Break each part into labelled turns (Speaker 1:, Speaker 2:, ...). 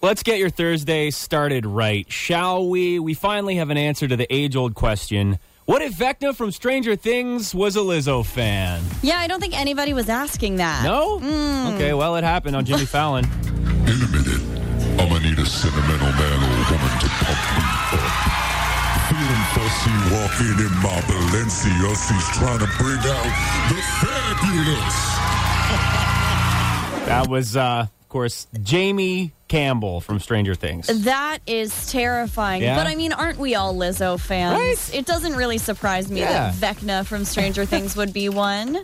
Speaker 1: Let's get your Thursday started right, shall we? We finally have an answer to the age old question What if Vecna from Stranger Things was a Lizzo fan?
Speaker 2: Yeah, I don't think anybody was asking that.
Speaker 1: No?
Speaker 2: Hmm.
Speaker 1: Okay, well, it happened on Jimmy Fallon.
Speaker 3: In a minute, I'ma need a sentimental man or woman to pump me up. Feeling fussy, walking in my Balenciaga. She's trying to bring out the fabulous.
Speaker 1: That was, uh, of course, Jamie Campbell from Stranger Things.
Speaker 2: That is terrifying.
Speaker 1: Yeah.
Speaker 2: But I mean, aren't we all Lizzo fans?
Speaker 1: Right?
Speaker 2: It doesn't really surprise me
Speaker 1: Yeah.
Speaker 2: that Vecna from Stranger Things would be one.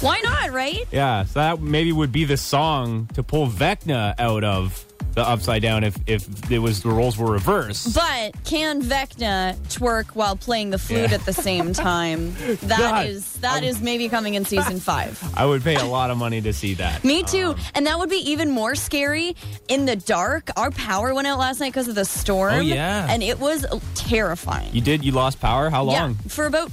Speaker 2: Why not, right?
Speaker 1: Yeah, so that maybe would be the song to pull Vecna out of the upside down if, if it was the roles were reversed.
Speaker 2: But can Vecna twerk while playing the flute
Speaker 1: Yeah.
Speaker 2: at the same time? That
Speaker 1: God.
Speaker 2: is that is maybe coming in season five.
Speaker 1: I would pay a lot of money to see that.
Speaker 2: Me too.
Speaker 1: Uh-huh.
Speaker 2: and that would be even more scary in the dark. Our power went out last night because of the storm.
Speaker 1: Oh, yeah.
Speaker 2: And it was terrifying.
Speaker 1: You did? You lost power? How long?
Speaker 2: Yeah, for about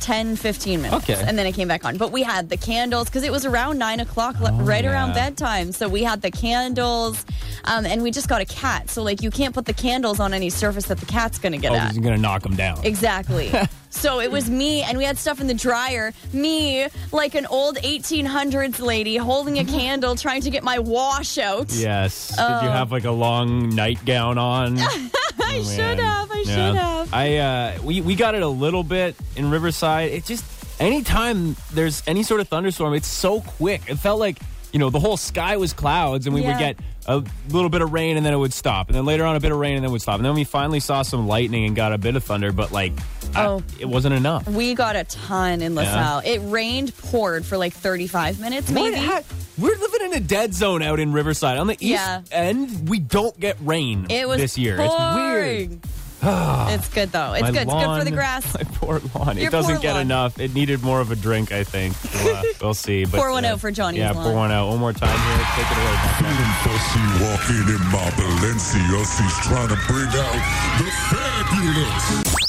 Speaker 2: 10, 15 minutes.
Speaker 1: Okay.
Speaker 2: And then it came back on. But we had the candles because it was around 9 o'clock, li- right around
Speaker 1: Oh, yeah.
Speaker 2: bedtime. So we had the candles um, and we just got a cat. So, like, you can't put the candles on any surface that the cat's going to get
Speaker 1: Oh,
Speaker 2: at.
Speaker 1: he's going to knock him down.
Speaker 2: Exactly. so it was me, and we had stuff in the dryer. Me, like an old 1800s lady, holding a candle, trying to get my wash out.
Speaker 1: Yes. Did
Speaker 2: Oh.
Speaker 1: you have like a long nightgown on? I
Speaker 2: should have, I should have.
Speaker 1: I uh, we we got it a little bit in Riverside. It just anytime there's any sort of thunderstorm, it's so quick. It felt like you know the whole sky was clouds, and we would
Speaker 2: Yeah.
Speaker 1: get a little bit of rain, and then it would stop, and then later on a bit of rain, and then it would stop, and then we finally saw some lightning and got a bit of thunder, but like. I-
Speaker 2: Oh.
Speaker 1: it wasn't enough.
Speaker 2: We got a ton in LaSalle. It rained, poured for like 35 minutes,
Speaker 1: What
Speaker 2: maybe.
Speaker 1: ha- We're living in a dead zone out in Riverside. On the east
Speaker 2: Yeah.
Speaker 1: end, we don't get rain
Speaker 2: It was
Speaker 1: this year. It's weird.
Speaker 2: pouring. it's good though. It's
Speaker 1: My
Speaker 2: good. it's good for
Speaker 1: lawn-
Speaker 2: the grass.
Speaker 1: My poor lawn.
Speaker 2: Your
Speaker 1: it doesn't
Speaker 2: poor
Speaker 1: get
Speaker 2: lawn.
Speaker 1: enough. It needed more of a drink, I think. We'll, uh, we'll see. But,
Speaker 2: Pour one
Speaker 1: uh,
Speaker 2: out for Johnny's
Speaker 1: Yeah, pour one
Speaker 2: lawn.
Speaker 1: out. One more time here. Take it away. Becca.
Speaker 3: Feeling fussy, walking in my Balenciaga. She's trying to bring out the fabulous.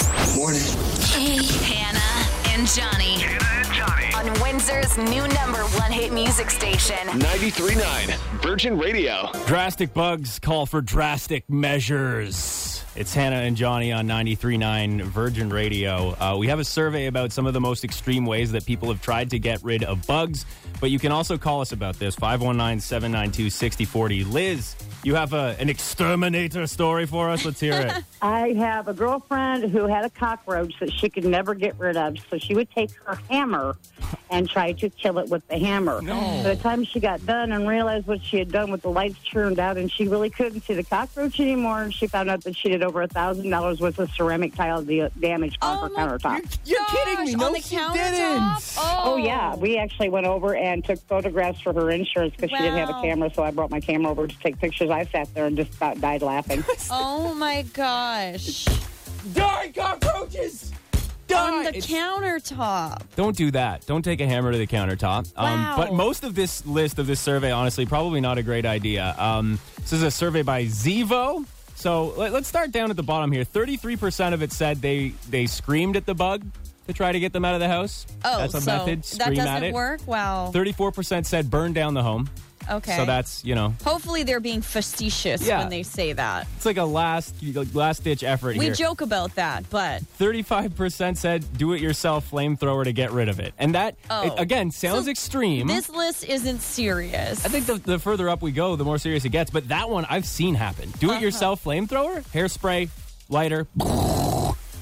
Speaker 4: Hannah and Johnny.
Speaker 5: Hannah and Johnny.
Speaker 4: On Windsor's new number one hit music station.
Speaker 6: 93.9 Virgin Radio.
Speaker 1: Drastic bugs call for drastic measures. It's Hannah and Johnny on 93.9 Virgin Radio. Uh, we have a survey about some of the most extreme ways that people have tried to get rid of bugs, but you can also call us about this 519 792 6040. Liz, you have a, an exterminator story for us? Let's hear it.
Speaker 7: I have a girlfriend who had a cockroach that she could never get rid of, so she would take her hammer and try to kill it with the hammer. By the time she got done and realized what she had done with the lights turned out, and she really couldn't see the cockroach anymore, and she found out that she did over a thousand dollars worth of ceramic tile da- damage on
Speaker 2: Oh,
Speaker 7: her
Speaker 2: my-
Speaker 7: countertop.
Speaker 1: You're kidding me.
Speaker 2: Gosh,
Speaker 1: No,
Speaker 2: on the
Speaker 1: she
Speaker 2: countertop?
Speaker 1: didn't.
Speaker 2: Oh.
Speaker 7: Oh yeah, we actually went over and took photographs for her insurance because she didn't have
Speaker 2: Wow.
Speaker 7: a camera. So I brought my camera over to take pictures. I sat there and just about died laughing.
Speaker 2: Oh my gosh.
Speaker 1: Die, cockroaches!
Speaker 2: On the
Speaker 1: It's-
Speaker 2: countertop.
Speaker 1: Don't do that. Don't take a hammer to the countertop. Um,
Speaker 2: Wow.
Speaker 1: but most of this list of this survey, honestly, probably not a great idea. Um, this is a survey by Zevo. So let, let's start down at the bottom here. Thirty-three percent of it said they they screamed at the bug to try to get them out of the house.
Speaker 2: Oh,
Speaker 1: that's a
Speaker 2: so
Speaker 1: method. Scream
Speaker 2: that
Speaker 1: at it.
Speaker 2: doesn't work. Wow.
Speaker 1: Thirty-four percent said burn down the home.
Speaker 2: Okay.
Speaker 1: So that's you know
Speaker 2: Hopefully they're being facetious
Speaker 1: Yeah.
Speaker 2: when they say that.
Speaker 1: it's like a last last ditch effort
Speaker 2: We
Speaker 1: here.
Speaker 2: joke about that, but
Speaker 1: 35% said do it yourself flamethrower to get rid of it. And that,
Speaker 2: Oh.
Speaker 1: it- again, sounds
Speaker 2: So
Speaker 1: extreme.
Speaker 2: this list isn't serious.
Speaker 1: Hmm? I think the, the further up we go, the more serious it gets. But that one I've seen happen.
Speaker 2: Uh-huh.
Speaker 1: Do it yourself flamethrower, hairspray, lighter.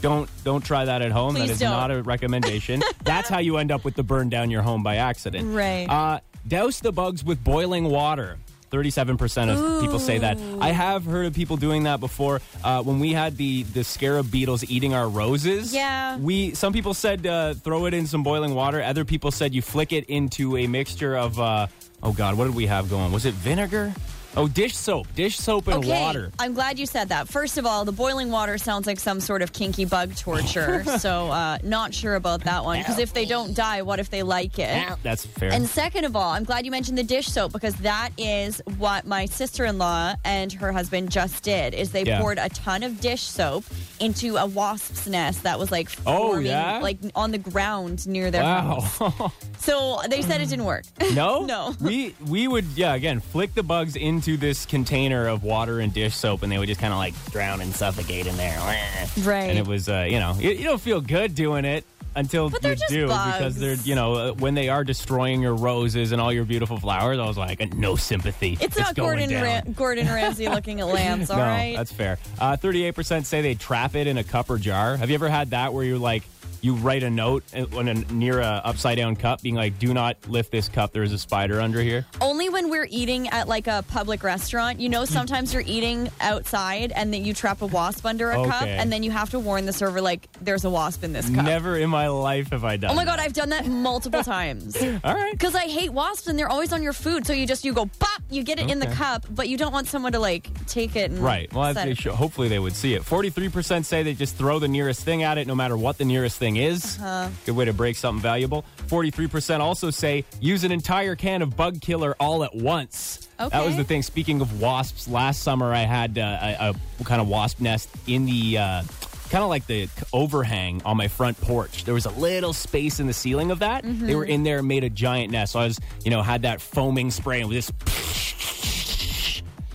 Speaker 1: Don't don't try that at home.
Speaker 2: Please
Speaker 1: that is
Speaker 2: don't.
Speaker 1: not a recommendation. That's how you end up with the burn down your home by accident.
Speaker 2: Right.
Speaker 1: Uh, douse the bugs with boiling water. 37% of people say that. I have heard of people doing that before. Uh, when we had the, the scarab beetles eating our roses,
Speaker 2: Yeah.
Speaker 1: we some people said uh, throw it in some boiling water. Other people said you flick it into a mixture of uh, oh god, what did we have going? Was it vinegar? Oh, dish soap, dish soap and
Speaker 2: okay,
Speaker 1: water.
Speaker 2: I'm glad you said that. First of all, the boiling water sounds like some sort of kinky bug torture. so, uh, not sure about that one. Because if they don't die, what if they like it?
Speaker 1: That's fair.
Speaker 2: Uh, And second of all, I'm glad you mentioned the dish soap because that is what my sister-in-law and her husband just did. Is they
Speaker 1: Yeah.
Speaker 2: poured a ton of dish soap into a wasp's nest that was like
Speaker 1: Oh,
Speaker 2: forming,
Speaker 1: yeah?
Speaker 2: like on the ground near their house.
Speaker 1: wow.
Speaker 2: So they said it didn't work.
Speaker 1: No,
Speaker 2: No.
Speaker 1: We we would yeah again flick the bugs into into this container of water and dish soap, and they would just kind of like drown and suffocate in there.
Speaker 2: Right.
Speaker 1: And it was, uh, you know, you, you don't feel good doing it until
Speaker 2: But they're
Speaker 1: you
Speaker 2: just
Speaker 1: do
Speaker 2: bugs.
Speaker 1: because they're, you know, uh, when they are destroying your roses and all your beautiful flowers, I was like, "Uh, no sympathy.
Speaker 2: It's not
Speaker 1: going
Speaker 2: Gordon
Speaker 1: down.
Speaker 2: Ra- Gordon Ramsay looking at lamps, all
Speaker 1: no,
Speaker 2: right?
Speaker 1: that's fair. Uh, 38% say they trap it in a cup or jar. Have you ever had that where you're like, you write a note uh, on a, near a upside down cup being like, do not lift this cup. There's a spider under here.
Speaker 2: Only when we're eating at like a public restaurant. You know, sometimes you're eating outside and then you trap a wasp under a cup
Speaker 1: Okay.
Speaker 2: and then you have to warn the server like there's a wasp in this cup.
Speaker 1: Never in my life have I done
Speaker 2: Oh my god,
Speaker 1: that.
Speaker 2: I've done that multiple times.
Speaker 1: All right.
Speaker 2: Cuz I hate wasps and they're always on your food, so you just you go bop, you get it in the
Speaker 1: Okay.
Speaker 2: cup, but you don't want someone to like take it and
Speaker 1: Right. Well,
Speaker 2: set
Speaker 1: they
Speaker 2: it.
Speaker 1: should, hopefully they would see it. 43% say they just throw the nearest thing at it, no matter what the nearest thing is. Good way to break something valuable. 43% also say use an entire can of bug killer all at once. That was
Speaker 2: Okay.
Speaker 1: the thing. Speaking of wasps, last summer I had uh, a, a kind of wasp nest in the. Uh, Kind of like the c- overhang on my front porch. There was a little space in the ceiling of that. They were in there and made a giant nest. So I was, you know, had that foaming spray and just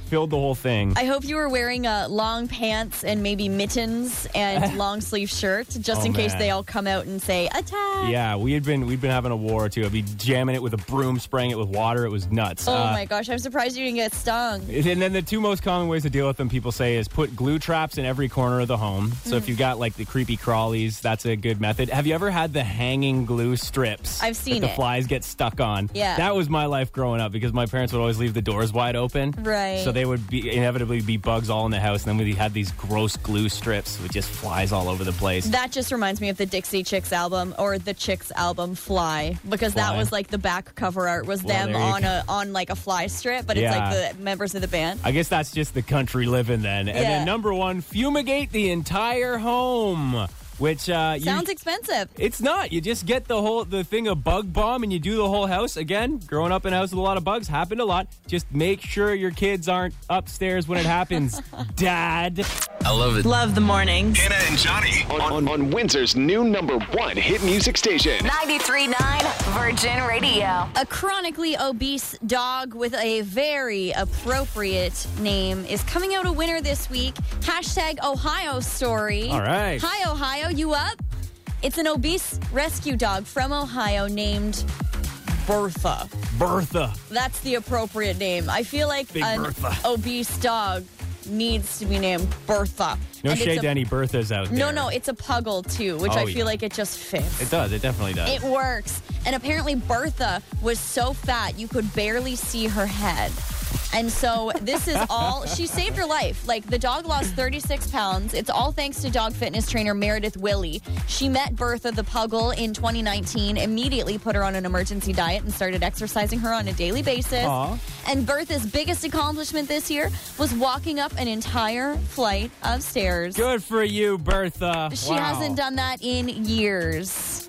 Speaker 1: filled the whole thing.
Speaker 2: I hope you were wearing uh, long pants and maybe mittens and long sleeve shirt, just
Speaker 1: Oh,
Speaker 2: in case
Speaker 1: man.
Speaker 2: they all come out and say attack.
Speaker 1: Yeah, we had been we'd been having a war or two. I'd be jamming it with a broom, spraying it with water. It was nuts.
Speaker 2: Oh
Speaker 1: Uh,
Speaker 2: my gosh, I'm surprised you didn't get stung.
Speaker 1: and then the two most common ways to deal with them, people say, is put glue traps in every corner of the home. So
Speaker 2: Mm.
Speaker 1: if you've got like the creepy crawlies, that's a good method. Have you ever had the hanging glue strips?
Speaker 2: I've seen
Speaker 1: that the
Speaker 2: it.
Speaker 1: flies get stuck on.
Speaker 2: Yeah.
Speaker 1: that was my life growing up because my parents would always leave the doors wide open.
Speaker 2: Right.
Speaker 1: So they would be inevitably be bugs all in the house, and then we had these gross glue strips with just flies all over the place.
Speaker 2: That just reminds me of the Dixie Chicks album or the Chicks album Fly because
Speaker 1: Fly.
Speaker 2: that was like the back cover art was
Speaker 1: Well,
Speaker 2: them
Speaker 1: there you
Speaker 2: on
Speaker 1: go.
Speaker 2: a on like a fly strip, but it's
Speaker 1: Yeah.
Speaker 2: like the members of the band.
Speaker 1: I guess that's just the country living then. And
Speaker 2: Yeah.
Speaker 1: then number one, fumigate the entire home, which uh, you,
Speaker 2: Sounds expensive.
Speaker 1: it's not. You just get the whole the thing a bug bomb and you do the whole house again. Growing up in a house with a lot of bugs happened a lot. Just make sure your kids aren't upstairs when it happens, Dad.
Speaker 5: I love it.
Speaker 8: Love the mornings.
Speaker 6: Hannah and Johnny on, on, on Windsor's new number one hit music station.
Speaker 4: 93.9 Virgin Radio.
Speaker 2: A chronically obese dog with a very appropriate name is coming out a winner this week. Hashtag Ohio story.
Speaker 1: All right.
Speaker 2: Hi, Ohio. You up? It's an obese rescue dog from Ohio named Bertha.
Speaker 1: Bertha.
Speaker 2: That's the appropriate name. I feel like
Speaker 1: Big
Speaker 2: an
Speaker 1: Bertha.
Speaker 2: obese dog needs to be named Bertha.
Speaker 1: No
Speaker 2: And it's
Speaker 1: shade
Speaker 2: a-
Speaker 1: to any Berthas out there.
Speaker 2: No, no, it's a puggle too, which
Speaker 1: Oh,
Speaker 2: I feel
Speaker 1: yeah.
Speaker 2: like it just fits.
Speaker 1: it does. It definitely does.
Speaker 2: It works. And apparently, Bertha was so fat you could barely see her head. And so this is all she saved her life. Like the dog lost 36 pounds. It's all thanks to dog fitness trainer Meredith Willie. She met Bertha the Puggle in 2019, immediately put her on an emergency diet and started exercising her on a daily basis.
Speaker 1: Aw.
Speaker 2: And Bertha's biggest accomplishment this year was walking up an entire flight of stairs.
Speaker 1: Good for you, Bertha.
Speaker 2: She
Speaker 1: Wow.
Speaker 2: hasn't done that in years.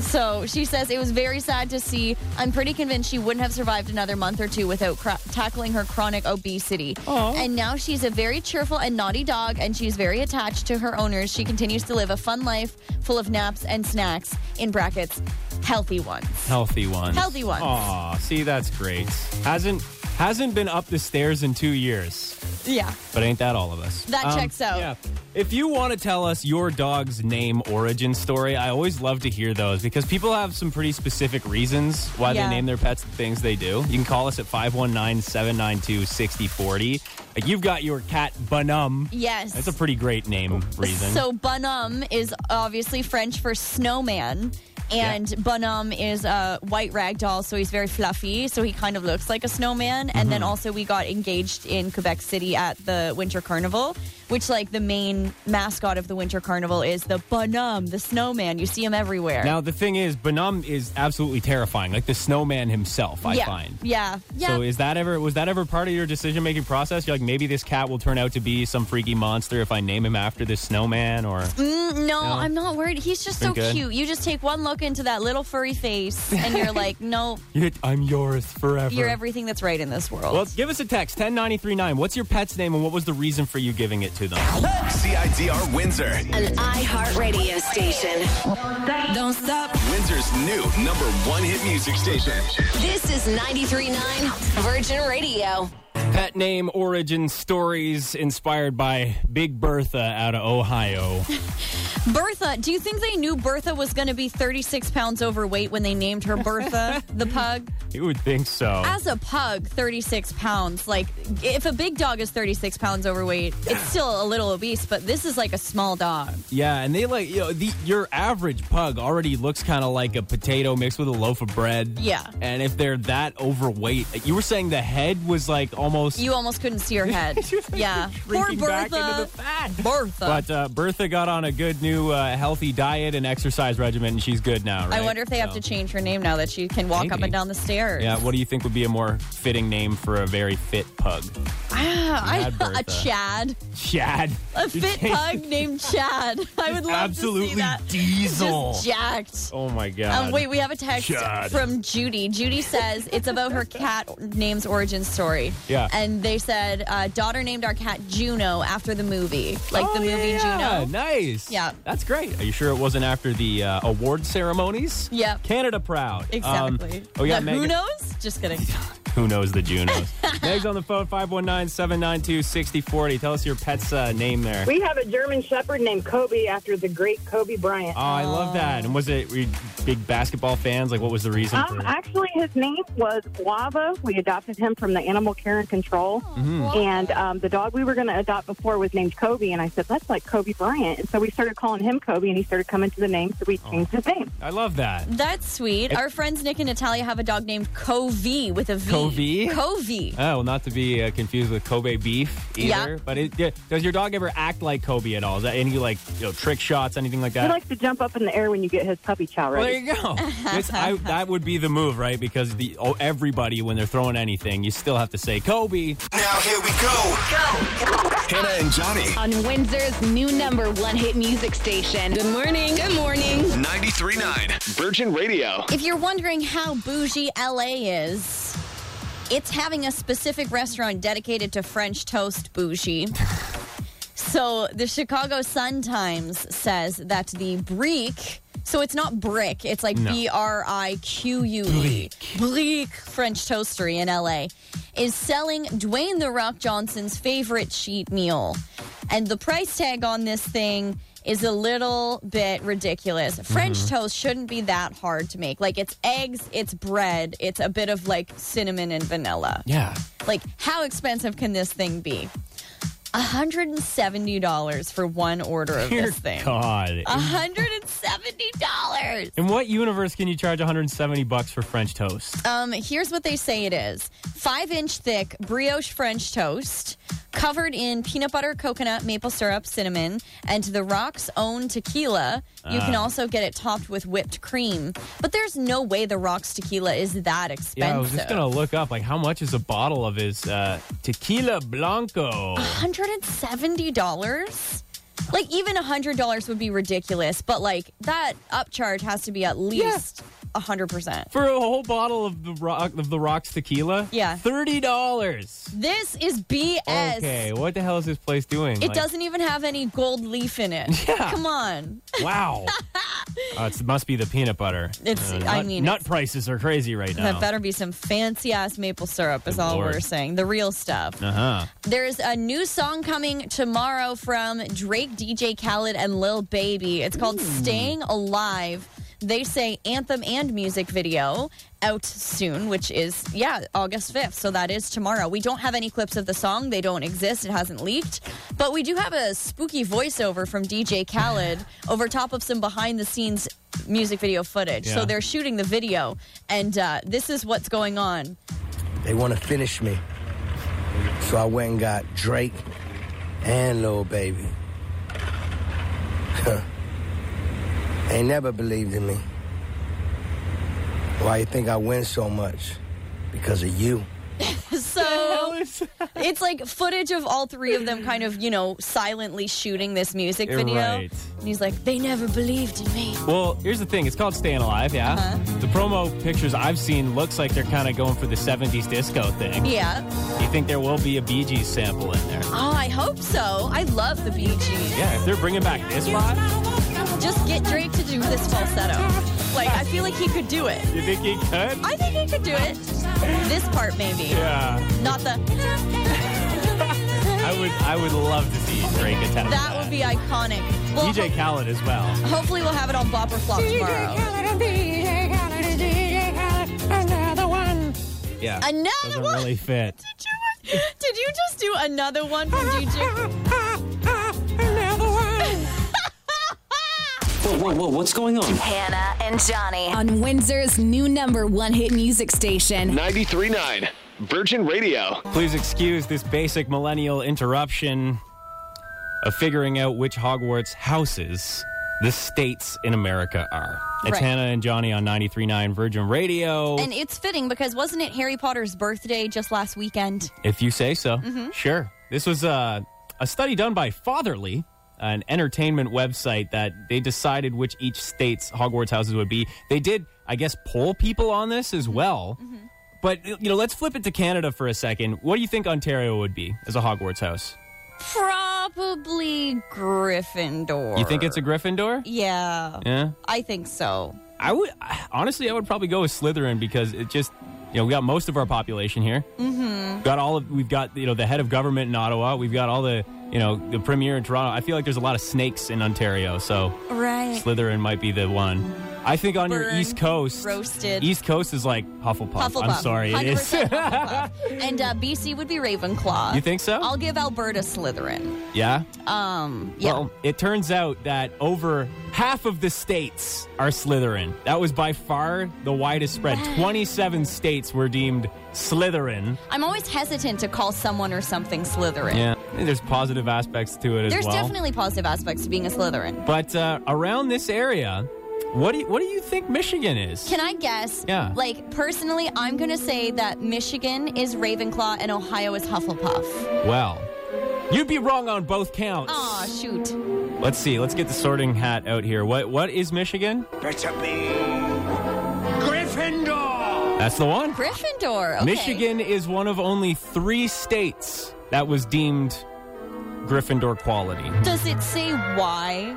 Speaker 2: so she says it was very sad to see. I'm pretty convinced she wouldn't have survived another month or two without cro- tackling her chronic obesity.
Speaker 1: Aw.
Speaker 2: And now she's a very cheerful and naughty dog, and she's very attached to her owners. She continues to live a fun life full of naps and snacks, in brackets, healthy ones.
Speaker 1: Healthy ones.
Speaker 2: Healthy ones.
Speaker 1: Aw, see that's great. Hasn't hasn't been up the stairs in two years.
Speaker 2: Yeah.
Speaker 1: But ain't that all of us? Um,
Speaker 2: That checks out.
Speaker 1: Yeah. If you want to tell us your dog's name origin story, I always love to hear those because people have some pretty specific reasons why
Speaker 2: Yeah.
Speaker 1: they name their pets the things they do. You can call us at 519 792 6040. Like you've got your cat Bunum.
Speaker 2: Yes.
Speaker 1: That's a pretty great name reason.
Speaker 2: So Bonhomme is obviously French for snowman. And
Speaker 1: Yeah.
Speaker 2: Bonhomme is a white rag doll, so he's very fluffy. So he kind of looks like a snowman. And then
Speaker 1: Mm-hmm.
Speaker 2: also, we got engaged in Quebec City at the Winter Carnival, which, like, the main mascot of the Winter Carnival is the Bonhomme, the snowman. You see him everywhere.
Speaker 1: now the thing is, Bunum is absolutely terrifying. Like the snowman himself, I
Speaker 2: yeah.
Speaker 1: find.
Speaker 2: Yeah. Yeah.
Speaker 1: So is that ever was that ever part of your decision making process? You're like maybe this cat will turn out to be some freaky monster if I name him after this snowman or
Speaker 2: Mm, no, I'm not worried. He's just
Speaker 1: Been
Speaker 2: so
Speaker 1: good?
Speaker 2: cute. You just take one look into that little furry face, and you're like, no,
Speaker 1: I'm yours forever.
Speaker 2: you're everything that's right in this world.
Speaker 1: well, give us a text 10939. What's your pet's name and what was the reason for you giving it to them?
Speaker 5: CITR Windsor.
Speaker 4: An iHeart Radio station.
Speaker 8: Don't stop.
Speaker 5: Windsor's new number one hit music station.
Speaker 4: This is 93.9 Virgin Radio.
Speaker 1: pet name origin stories inspired by Big Bertha out of Ohio.
Speaker 2: Bertha, do you think they knew Bertha was going to be 36 pounds overweight when they named her Bertha, the pug?
Speaker 1: you would think so.
Speaker 2: As a pug, 36 pounds, like if a big dog is 36 pounds overweight, it's still a little obese, but this is like a small dog.
Speaker 1: Yeah, and they like you know the, your average pug already looks kind of like a potato mixed with a loaf of bread.
Speaker 2: Yeah.
Speaker 1: and if they're that overweight, you were saying the head was like almost.
Speaker 2: You almost couldn't see her head. yeah. Poor
Speaker 1: Shrinking back into
Speaker 2: Bertha.
Speaker 1: the fat.
Speaker 2: Bertha.
Speaker 1: but uh, Bertha got on a good new uh, healthy diet and exercise regimen, and she's good now. Right?
Speaker 2: I wonder if they have
Speaker 1: So-
Speaker 2: to change her name now that she can walk up
Speaker 1: Maybe.
Speaker 2: and down the stairs.
Speaker 1: Yeah, what do you think would be a more fitting name for a very fit pug?
Speaker 2: I,
Speaker 1: Chad Bertha.
Speaker 2: a Chad.
Speaker 1: Chad.
Speaker 2: A fit pug named Chad. I would love to see
Speaker 1: Absolutely
Speaker 2: that.
Speaker 1: diesel.
Speaker 2: Just jacked.
Speaker 1: oh my god.
Speaker 2: Um, wait, we have a text
Speaker 1: God.
Speaker 2: from Judy. Judy says it's about her cat name's origin story.
Speaker 1: Yeah.
Speaker 2: And they said, uh, daughter named our cat Juno after the movie, like
Speaker 1: Oh,
Speaker 2: the movie
Speaker 1: yeah, yeah.
Speaker 2: Juno.
Speaker 1: Nice.
Speaker 2: Yeah.
Speaker 1: That's great. Are you sure it wasn't after the uh, award ceremonies?
Speaker 2: Yep.
Speaker 1: Canada proud. Um,
Speaker 2: Exactly.
Speaker 1: oh, yeah.
Speaker 2: The
Speaker 1: Megan-
Speaker 2: who knows? Just kidding.
Speaker 1: Who knows the Junos? Meg's on the phone, 519 792 6040. Tell us your pet's uh, name there.
Speaker 7: We have a German Shepherd named Kobe after the great Kobe Bryant.
Speaker 1: Oh, I love that. And was it, were you big basketball fans? Like, what was the reason
Speaker 7: Um,
Speaker 1: for
Speaker 7: actually, his name was Guava. We adopted him from the Animal Care and Control. And um, the dog we were going to adopt before was named Kobe. And I said, that's like Kobe Bryant. And so we started calling him Kobe, and he started coming to the name, so we changed his name.
Speaker 1: I love that.
Speaker 2: That's sweet. Our friends Nick and Natalia have a dog named Covey with a V.
Speaker 1: Covey?
Speaker 2: Covey.
Speaker 1: Oh, well, not to be uh, confused with Kobe beef either.
Speaker 2: Yeah.
Speaker 1: But it, yeah, does your dog ever act like Kobe at all? Is that any like you know, trick shots, anything like that?
Speaker 7: He likes to jump up in the air when you get his puppy chow
Speaker 1: Well, there
Speaker 7: ready.
Speaker 1: you go. It's- I- that would be the move, right? Because the oh, everybody, when they're throwing anything, you still have to say Kobe.
Speaker 5: Now here we go. Hannah and Johnny,
Speaker 4: On Windsor's new number one hit music station.
Speaker 8: Good morning. Good morning.
Speaker 5: 93.9.
Speaker 6: Virgin Radio.
Speaker 2: If you're wondering how bougie LA is, it's having a specific restaurant dedicated to French toast bougie. so the Chicago Sun Times says that the Brique, so it's not brick, it's like
Speaker 1: No.
Speaker 2: B R I Q U E. Brique French toastery in LA is selling Dwayne the Rock Johnson's favorite cheat meal. And the price tag on this thing is a little bit ridiculous. French
Speaker 1: Mm-hmm.
Speaker 2: toast shouldn't be that hard to make. Like it's eggs, it's bread, it's a bit of like cinnamon and vanilla.
Speaker 1: Yeah.
Speaker 2: Like how expensive can this thing be? $170 for one order of
Speaker 1: Dear
Speaker 2: this thing.
Speaker 1: God.
Speaker 2: $170.
Speaker 1: In what universe can you charge 170 bucks for French toast?
Speaker 2: Um, here's what they say it is five inch thick brioche French toast covered in peanut butter, coconut, maple syrup, cinnamon, and the Rock's own tequila. You
Speaker 1: Ah.
Speaker 2: can also get it topped with whipped cream. But there's no way the Rock's tequila is that expensive.
Speaker 1: yeah, I was just gonna look up like how much is a bottle of his uh, tequila blanco.
Speaker 2: $170? Like, even $100 would be ridiculous, but like that upcharge has to be at least a 100%.
Speaker 1: For a whole bottle of the rock of the rocks tequila,
Speaker 2: Yeah.
Speaker 1: thirty dollars.
Speaker 2: This is BS.
Speaker 1: Okay, what the hell is this place doing?
Speaker 2: It
Speaker 1: Like,
Speaker 2: doesn't even have any gold leaf in it.
Speaker 1: Yeah.
Speaker 2: Come on.
Speaker 1: Wow, Uh, it must be the peanut butter. Uh,
Speaker 2: It's- I
Speaker 1: nut-
Speaker 2: mean,
Speaker 1: nut
Speaker 2: it's-
Speaker 1: prices are crazy right now.
Speaker 2: That better be some fancy ass maple syrup, is
Speaker 1: Good
Speaker 2: all
Speaker 1: lord.
Speaker 2: we're saying. The real stuff.
Speaker 1: Uh huh.
Speaker 2: There's a new song coming tomorrow from Drake, DJ Khaled, and Lil Baby. It's called Staying Alive. They say anthem and music video out soon, which is, yeah, August 5th. So that is tomorrow. We don't have any clips of the song. They don't exist. It hasn't leaked. But we do have a spooky voiceover from DJ Khaled over top of some behind the scenes music video footage.
Speaker 1: Yeah.
Speaker 2: So they're shooting the video, and uh, this is what's going on.
Speaker 9: They want to finish me. So I went and got Drake and Lil Baby. they never believed in me. Why you think I win so much? Because of you.
Speaker 2: So. It's like footage of all three of them kind of, you know, silently shooting this music
Speaker 1: You're
Speaker 2: video.
Speaker 1: right.
Speaker 2: And he's like, they never believed in me.
Speaker 1: Well, here's the thing. It's called Staying Alive, yeah?
Speaker 2: Uh-huh.
Speaker 1: The promo pictures I've seen looks like they're kind of going for the 70s disco thing.
Speaker 2: Yeah.
Speaker 1: You think there will be a Bee Gees sample in there?
Speaker 2: Oh, I hope so. I love the Bee Gees.
Speaker 1: Yeah, if they're bringing back this vibe.
Speaker 2: Just get Drake to do this falsetto. Like, I feel like he could do it.
Speaker 1: You think he could?
Speaker 2: I think he could do it. This part, maybe.
Speaker 1: Yeah.
Speaker 2: Not the.
Speaker 1: I would I would love to see Drake attempt
Speaker 2: That would be iconic. Well,
Speaker 1: DJ Khaled as well.
Speaker 2: ho- hopefully we'll have it on Bop or Flop tomorrow.
Speaker 1: Yeah.
Speaker 2: Another
Speaker 1: Doesn't
Speaker 2: one.
Speaker 1: really fit.
Speaker 2: Did you- Did you just do another one from DJ?
Speaker 5: Whoa, whoa, whoa, what's going on?
Speaker 4: Hannah and Johnny.
Speaker 10: on Windsor's new number one hit music station.
Speaker 6: 93.9 Virgin Radio.
Speaker 1: Please excuse this basic millennial interruption of figuring out which Hogwarts houses the states in America are. It's
Speaker 2: Right.
Speaker 1: Hannah and Johnny on 93.9 Virgin Radio.
Speaker 2: And it's fitting because wasn't it Harry Potter's birthday just last weekend?
Speaker 1: If you say so. Sure. This was uh, a study done by Fatherly, an entertainment website that they decided which each state's Hogwarts houses would be. They did, I guess, poll people on this as well. But you know, let's flip it to Canada for a second. What do you think Ontario would be as a Hogwarts house?
Speaker 2: Probably Gryffindor.
Speaker 1: You think it's a Gryffindor?
Speaker 2: Yeah,
Speaker 1: Yeah.
Speaker 2: I think so.
Speaker 1: I would honestly, I would probably go with Slytherin because it just, you know, we got most of our population here. Mm-hmm. Got all of, we've got you know the head of government in Ottawa. We've got all the, you know, the premier in Toronto. I feel like there's a lot of snakes in Ontario, so
Speaker 2: Right.
Speaker 1: Slytherin might be the one. I think on your
Speaker 2: Burn,
Speaker 1: East Coast,
Speaker 2: roasted.
Speaker 1: East Coast is like Hufflepuff.
Speaker 2: Hufflepuff.
Speaker 1: I'm sorry, it is.
Speaker 2: 100% Hufflepuff. and uh, BC would be Ravenclaw.
Speaker 1: You think so?
Speaker 2: I'll give Alberta Slytherin.
Speaker 1: yeah.
Speaker 2: Um, yeah.
Speaker 1: Well, it turns out that over half of the states are Slytherin. That was by far the widest spread. 27 states were deemed Slytherin.
Speaker 2: I'm always hesitant to call someone or something Slytherin.
Speaker 1: Yeah, I think there's positive aspects to it as
Speaker 2: There's
Speaker 1: well.
Speaker 2: definitely positive aspects to being a Slytherin.
Speaker 1: But uh, around this area, what do you, what do you think Michigan is?
Speaker 2: Can I guess?
Speaker 1: Yeah.
Speaker 2: Like, personally, I'm going to say that Michigan is Ravenclaw and Ohio is Hufflepuff.
Speaker 1: well, you'd be wrong on both counts.
Speaker 2: Aw, shoot.
Speaker 1: Let's see. Let's get the sorting hat out here. What what is Michigan?
Speaker 5: Better be.
Speaker 1: That's the one.
Speaker 2: Gryffindor. Okay.
Speaker 1: Michigan is one of only three states that was deemed Gryffindor quality.
Speaker 2: Does it say why?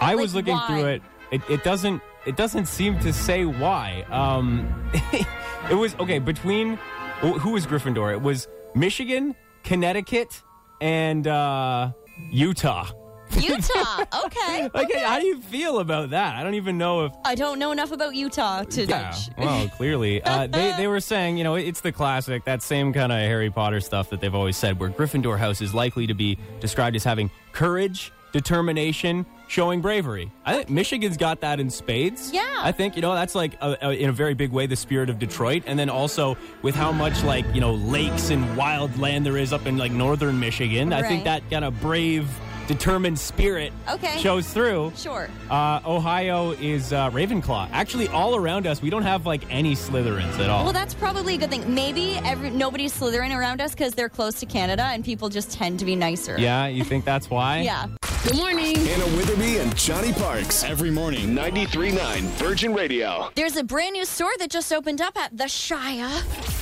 Speaker 1: I was
Speaker 2: Like,
Speaker 1: looking
Speaker 2: why?
Speaker 1: through it. it. It doesn't. It doesn't seem to say why. Um, it was okay between wh- who was Gryffindor? It was Michigan, Connecticut, and uh, Utah.
Speaker 2: Utah. Okay.
Speaker 1: Like, how do you feel about that? I don't even know if.
Speaker 2: I don't know enough about Utah to
Speaker 1: Yeah.
Speaker 2: judge.
Speaker 1: Well, clearly, uh, they they were saying, you know, it's the classic, that same kind of Harry Potter stuff that they've always said, where Gryffindor House is likely to be described as having courage, determination, showing bravery. I think Michigan's got that in spades.
Speaker 2: Yeah.
Speaker 1: I think you know that's like a, a, in a very big way the spirit of Detroit, and then also with how much like you know lakes and wild land there is up in like northern Michigan. I think
Speaker 2: Right.
Speaker 1: that kind of brave, determined spirit
Speaker 2: Okay.
Speaker 1: shows through.
Speaker 2: Sure.
Speaker 1: Uh, Ohio is uh, Ravenclaw. Actually, all around us, we don't have like any Slytherins at all.
Speaker 2: Well, that's probably a good thing. Maybe every, nobody's slithering around us because they're close to Canada and people just tend to be nicer.
Speaker 1: yeah, you think that's why?
Speaker 2: Yeah.
Speaker 10: Good morning.
Speaker 5: Hannah Witherby and Johnny Parks.
Speaker 6: Every morning, 93.9 Virgin Radio.
Speaker 2: There's a brand new store that just opened up at the Shire,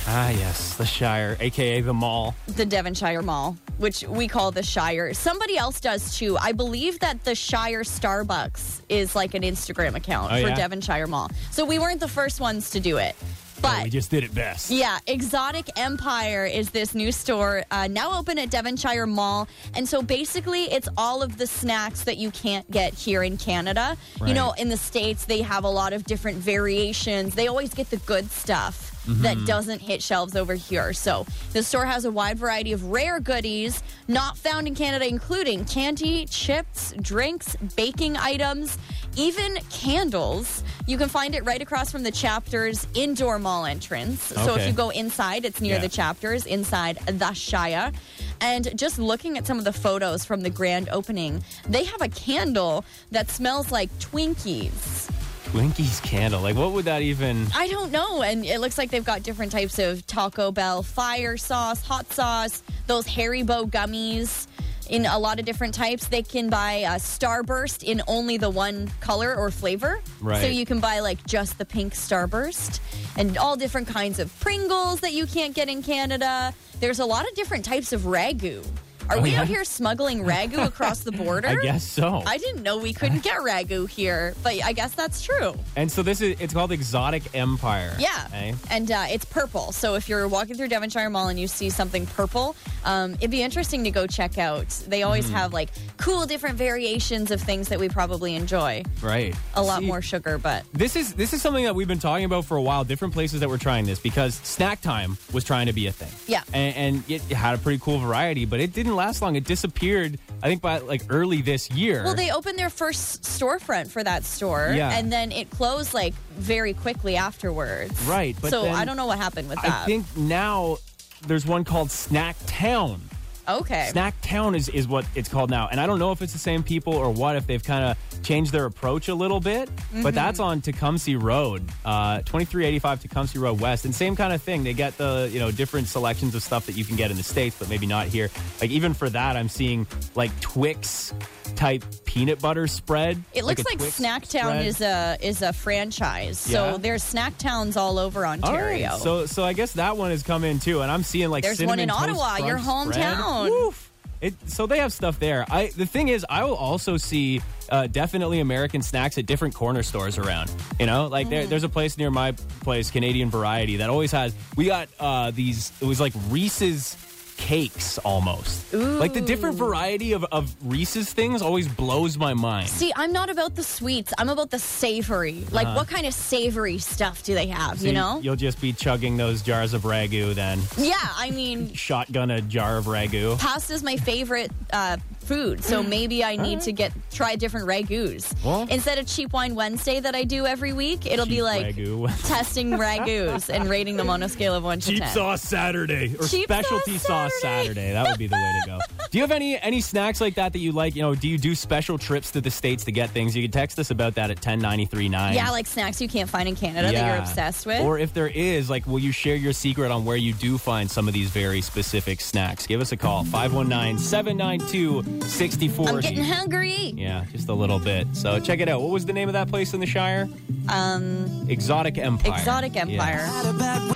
Speaker 1: Ah, yes, the Shire, aka the Mall.
Speaker 2: the Devonshire Mall, which we call the Shire. Somebody else does too. I believe that the Shire Starbucks is like an Instagram account
Speaker 1: Oh,
Speaker 2: for
Speaker 1: yeah?
Speaker 2: Devonshire Mall. So we weren't the first ones to do it.
Speaker 1: We
Speaker 2: But
Speaker 1: just did it best.
Speaker 2: Yeah, Exotic Empire is this new store uh, now open at Devonshire Mall. And so basically, it's all of the snacks that you can't get here in Canada. You
Speaker 1: Right.
Speaker 2: know, in the States, they have a lot of different variations. They always get the good stuff that doesn't hit shelves over here. So the store has a wide variety of rare goodies not found in Canada, including candy, chips, drinks, baking items, even candles. You can find it right across from the chapter's indoor mall entrance. So if
Speaker 1: Okay.
Speaker 2: you go inside, it's near
Speaker 1: Yeah.
Speaker 2: the chapters inside the Shire. And just looking at some of the photos from the grand opening, they have a candle that smells like Twinkies.
Speaker 1: Twinkies candle. Like, what would that even?
Speaker 2: I don't know. And it looks like they've got different types of Taco Bell fire sauce, hot sauce, those Haribo gummies in a lot of different types. They can buy a Starburst in only the one color or flavor. So
Speaker 1: Right.
Speaker 2: you can buy like just the pink Starburst and all different kinds of Pringles that you can't get in Canada. There's a lot of different types of ragu. Are
Speaker 1: Oh,
Speaker 2: we
Speaker 1: yeah?
Speaker 2: out here smuggling ragu across the border?
Speaker 1: I guess so.
Speaker 2: I didn't know we couldn't get ragu here, but I guess that's true.
Speaker 1: and so this is it's called Exotic Empire.
Speaker 2: Yeah.
Speaker 1: eh?
Speaker 2: And uh, it's purple. So if you're walking through Devonshire Mall and you see something purple, um, it'd be interesting to go check out. They always
Speaker 1: Mhm.
Speaker 2: have like cool different variations of things that we probably enjoy.
Speaker 1: Right.
Speaker 2: A lot
Speaker 1: See,
Speaker 2: more sugar, but
Speaker 1: This is this is something that we've been talking about for a while. Different places that were trying this because snack time was trying to be a thing.
Speaker 2: Yeah.
Speaker 1: and, and it had a pretty cool variety, but it didn't last long. It disappeared. I think by like early this year.
Speaker 2: Well, they opened their first storefront for that store,
Speaker 1: Yeah.
Speaker 2: and then it closed like very quickly afterwards.
Speaker 1: Right, but
Speaker 2: so
Speaker 1: then-
Speaker 2: I don't know what happened with that.
Speaker 1: I think now there's one called Snack Town.
Speaker 2: okay.
Speaker 1: Snack Town is, is what it's called now. And I don't know if it's the same people or what, if they've kind of changed their approach a little bit.
Speaker 2: Mhm.
Speaker 1: But that's on Tecumseh Road, uh, 2385 Tecumseh Road West. And same kind of thing. They get the, you know, different selections of stuff that you can get in the States, but maybe not here. Like, even for that, I'm seeing like Twix type peanut butter spread.
Speaker 2: It looks like, Snack Town
Speaker 1: spread.
Speaker 2: is a is a franchise. So
Speaker 1: Yeah.
Speaker 2: there's Snack Towns all over
Speaker 1: All right,
Speaker 2: Ontario.
Speaker 1: So, so I guess that one has come in too, and I'm seeing like
Speaker 2: There's one
Speaker 1: cinnamon
Speaker 2: in
Speaker 1: toast
Speaker 2: Ottawa,
Speaker 1: crunch
Speaker 2: your
Speaker 1: spread.
Speaker 2: hometown.
Speaker 1: Woof. It, so they have stuff there. I the thing is, I will also see uh, definitely American snacks at different corner stores around. You know, like
Speaker 2: Mm.
Speaker 1: there, there's a place near my place, Canadian Variety, that always has. We got uh, these. It was like Reese's cakes almost. Like the different variety of, of Reese's things always blows my mind.
Speaker 2: See, I'm not about the sweets. I'm about the savory. Like,
Speaker 1: Uh-huh.
Speaker 2: what kind of savory stuff do they have?
Speaker 1: So
Speaker 2: you know?
Speaker 1: you'll just be chugging those jars of ragu then.
Speaker 2: Yeah, I mean,
Speaker 1: Shotgun a jar of ragu.
Speaker 2: pasta's my favorite uh, food, so maybe I need to get try different ragouts
Speaker 1: Mm. Uh-huh. Well-
Speaker 2: instead of cheap wine Wednesday that I do every week. It'll be
Speaker 1: Cheap
Speaker 2: like
Speaker 1: ragu.
Speaker 2: testing ragouts and rating them on a scale of one to
Speaker 1: Cheap
Speaker 2: ten.
Speaker 1: sauce Saturday or
Speaker 2: Cheap
Speaker 1: specialty sauce Saturday. That would be the way to go. do you have any any snacks like that that you like? You know, do you do special trips to the states to get things? You can text us about that at ten ninety three nine.
Speaker 2: Yeah, like snacks you can't find in Canada that you're obsessed with.
Speaker 1: Or if there is, like, will you share your secret on where you do find some of these very specific snacks? Give us a call 519 792
Speaker 2: I'm getting
Speaker 1: 6040.
Speaker 2: hungry.
Speaker 1: Yeah, just a little bit. So check it out. What was the name of that place in the Shire?
Speaker 2: Um,
Speaker 1: Exotic Empire.
Speaker 2: Exotic Empire.
Speaker 1: Yeah.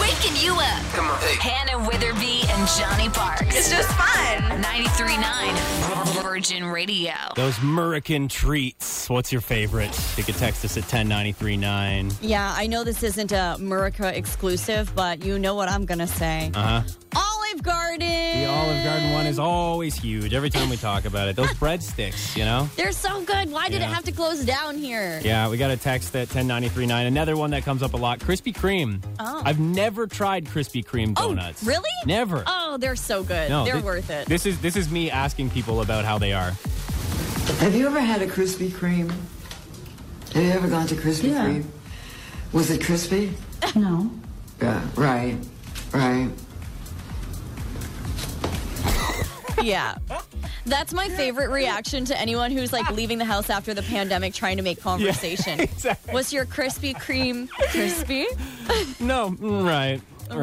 Speaker 4: Waking you up. Come on. Hannah Witherby and Johnny Parks. It's just fun. 93.9 Virgin Radio.
Speaker 1: Those American treats. What's your favorite? You can text us at 10939.
Speaker 2: Yeah, I know this isn't a Murica exclusive, but you know what I'm gonna say.
Speaker 1: Uh huh.
Speaker 2: Olive Garden.
Speaker 1: The Olive Garden one is always huge. Every time we talk about it, those breadsticks, you know?
Speaker 2: They're so good. Why did it
Speaker 1: Yeah.
Speaker 2: have to close down here?
Speaker 1: Yeah, we got a text at 10939. Another one that comes up a lot Krispy Kreme.
Speaker 2: Oh.
Speaker 1: I've never tried Krispy Kreme donuts.
Speaker 2: Really?
Speaker 1: Never.
Speaker 2: Oh, they're so good.
Speaker 1: No,
Speaker 2: they're
Speaker 1: thi-
Speaker 2: worth it.
Speaker 1: This is this is me asking people about how they are.
Speaker 11: Have you ever had a Krispy Kreme? Have you ever gone to Krispy
Speaker 12: Yeah.
Speaker 11: Kreme? Was it crispy?
Speaker 12: No.
Speaker 11: Yeah, right, right.
Speaker 2: yeah. That's my favorite reaction to anyone who's like leaving the house after the pandemic trying to make conversation. Was your Krispy Kreme crispy?
Speaker 1: No, mm, right. Right.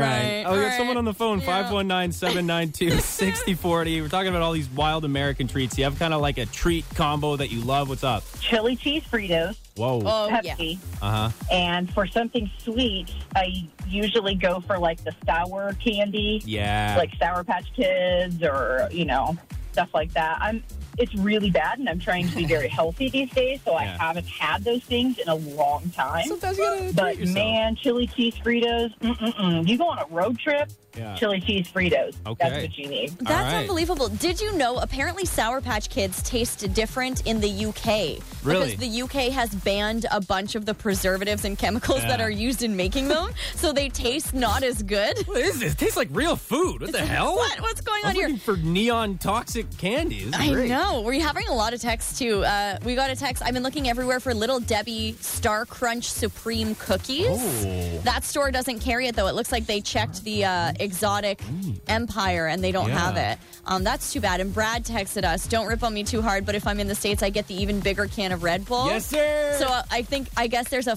Speaker 2: Right,
Speaker 1: Oh, we got
Speaker 2: right.
Speaker 1: someone on the phone, 519 792 6040. We're talking about all these wild American treats. You have kind of like a treat combo that you love. What's up?
Speaker 13: chili cheese Fritos,
Speaker 1: Whoa.
Speaker 13: Pepsi,
Speaker 1: Uh huh.
Speaker 13: and for something sweet, I usually go for like the sour candy,
Speaker 1: Yeah.
Speaker 13: like Sour Patch Kids or you know stuff like that. I'm it's really bad, and I'm trying to be very healthy these days, so I
Speaker 14: Yeah.
Speaker 13: haven't had those things in a long time.
Speaker 1: Sometimes you gotta
Speaker 13: but
Speaker 14: yourself.
Speaker 13: man, chili cheese Fritos, mm-mm-mm. you go on a road trip,
Speaker 1: Yeah.
Speaker 13: chili cheese Fritos.
Speaker 1: Okay.
Speaker 13: That's what you need.
Speaker 2: That's unbelievable. Did you know apparently Sour Patch Kids taste different in the UK?
Speaker 1: Really?
Speaker 2: Because the UK has banned a bunch of the preservatives and chemicals that
Speaker 1: Yeah.
Speaker 2: are used in making them, so they taste not as good.
Speaker 1: What is this? tastes like real food. What the hell?
Speaker 2: What? What's going
Speaker 1: I'm
Speaker 2: on here?
Speaker 1: looking for neon toxic candy. This is
Speaker 2: I
Speaker 1: great.
Speaker 2: know. We're having a lot of texts too. Uh, we got a text. I've been looking everywhere for Little Debbie Star Crunch Supreme cookies.
Speaker 1: Oh.
Speaker 2: That store doesn't carry it though. It looks like they checked the uh, exotic empire and they don't
Speaker 1: Yeah.
Speaker 2: have it. Um, that's too bad. And Brad texted us, "Don't rip on me too hard, but if I'm in the states, I get the even bigger can of Red Bull."
Speaker 1: Yes, sir.
Speaker 2: So uh, I think I guess there's a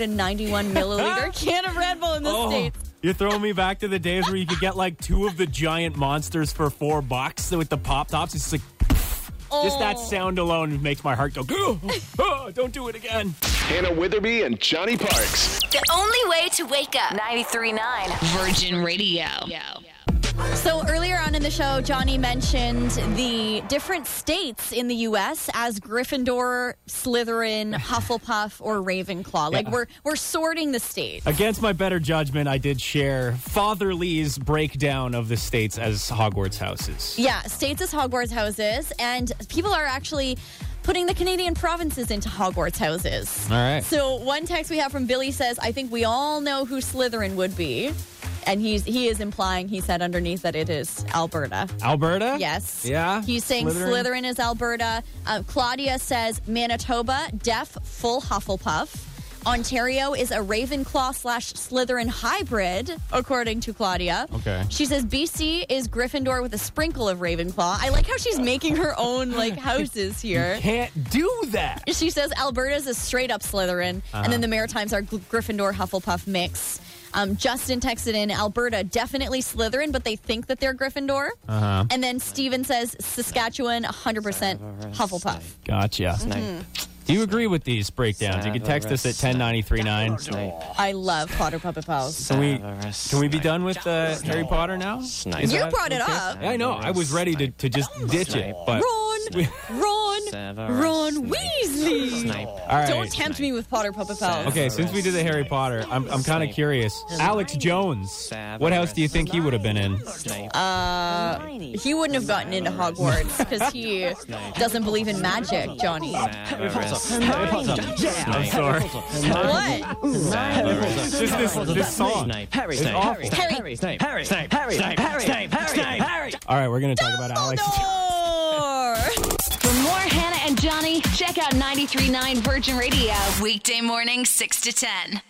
Speaker 2: 591 milliliter can of Red Bull in the
Speaker 1: Oh,
Speaker 2: states.
Speaker 1: You're throwing me back to the days where you could get like two of the giant monsters for four bucks with the pop tops. It's like just that
Speaker 2: Oh.
Speaker 1: sound alone makes my heart go. "Gah, ah, don't do it again.
Speaker 6: Hannah Witherby and Johnny Parks.
Speaker 4: The only way to wake up. 93.9 Virgin Radio.
Speaker 2: So earlier on in the show, Johnny mentioned the different states in the U.S. as Gryffindor, Slytherin, Hufflepuff, or Ravenclaw. Like
Speaker 1: Yeah.
Speaker 2: we're we're sorting the states.
Speaker 1: Against my better judgment, I did share Father Lee's breakdown of the states as Hogwarts houses.
Speaker 2: Yeah, states as Hogwarts houses, and people are actually putting the Canadian provinces into Hogwarts houses.
Speaker 1: All right.
Speaker 2: So one text we have from Billy says, "I think we all know who Slytherin would be." And he's he is implying he said underneath that it is Alberta.
Speaker 1: Alberta?
Speaker 2: Yes.
Speaker 1: Yeah.
Speaker 2: He's saying Slytherin, is Alberta. Uh, Claudia says Manitoba, deaf, full Hufflepuff. Ontario is a Ravenclaw slash Slytherin hybrid, according to Claudia.
Speaker 1: Okay.
Speaker 2: She says BC is Gryffindor with a sprinkle of Ravenclaw. I like how she's making her own like houses here.
Speaker 1: You can't do that.
Speaker 2: She says Alberta's a straight up Slytherin,
Speaker 1: Uh-huh.
Speaker 2: and then the Maritimes are Gl- Gryffindor Hufflepuff mix. Um, Justin texted in Alberta, definitely Slytherin, but they think that they're Gryffindor.
Speaker 1: Uh-huh.
Speaker 2: And then Steven says Saskatchewan, 100% Hufflepuff.
Speaker 1: Gotcha.
Speaker 2: Mhm.
Speaker 1: Do you agree with these breakdowns? You can text us at 10939.
Speaker 2: I love Potter Puppet Pals.
Speaker 1: Can we, can we be done with uh, Harry Potter now? Is
Speaker 2: You
Speaker 1: that
Speaker 2: brought it
Speaker 1: okay?
Speaker 2: up.
Speaker 1: I know. I was ready to, to just ditch it. But
Speaker 2: Ron, Ron, Ron Weasley.
Speaker 1: right.
Speaker 2: Don't tempt me with Potter Puppet Pals.
Speaker 1: Okay, since we did the Harry Potter, I'm, I'm kind of curious. Alex Jones, what house do you think he would have been in?
Speaker 2: Uh, he wouldn't have gotten into Hogwarts because he doesn't believe in magic, Johnny.
Speaker 1: I'm sorry.
Speaker 2: What?
Speaker 1: Just this, this song.
Speaker 12: Harry,
Speaker 1: It's
Speaker 12: Snape,
Speaker 1: awful.
Speaker 12: Harry, Harry, Snape, Harry, Snape, Harry, Snape, Harry, Snape, Harry, Harry.
Speaker 1: All right, we're going to talk about Alex.
Speaker 4: For more Hannah and Johnny, check out 93.9 Virgin Radio. Weekday morning, 6 to 10.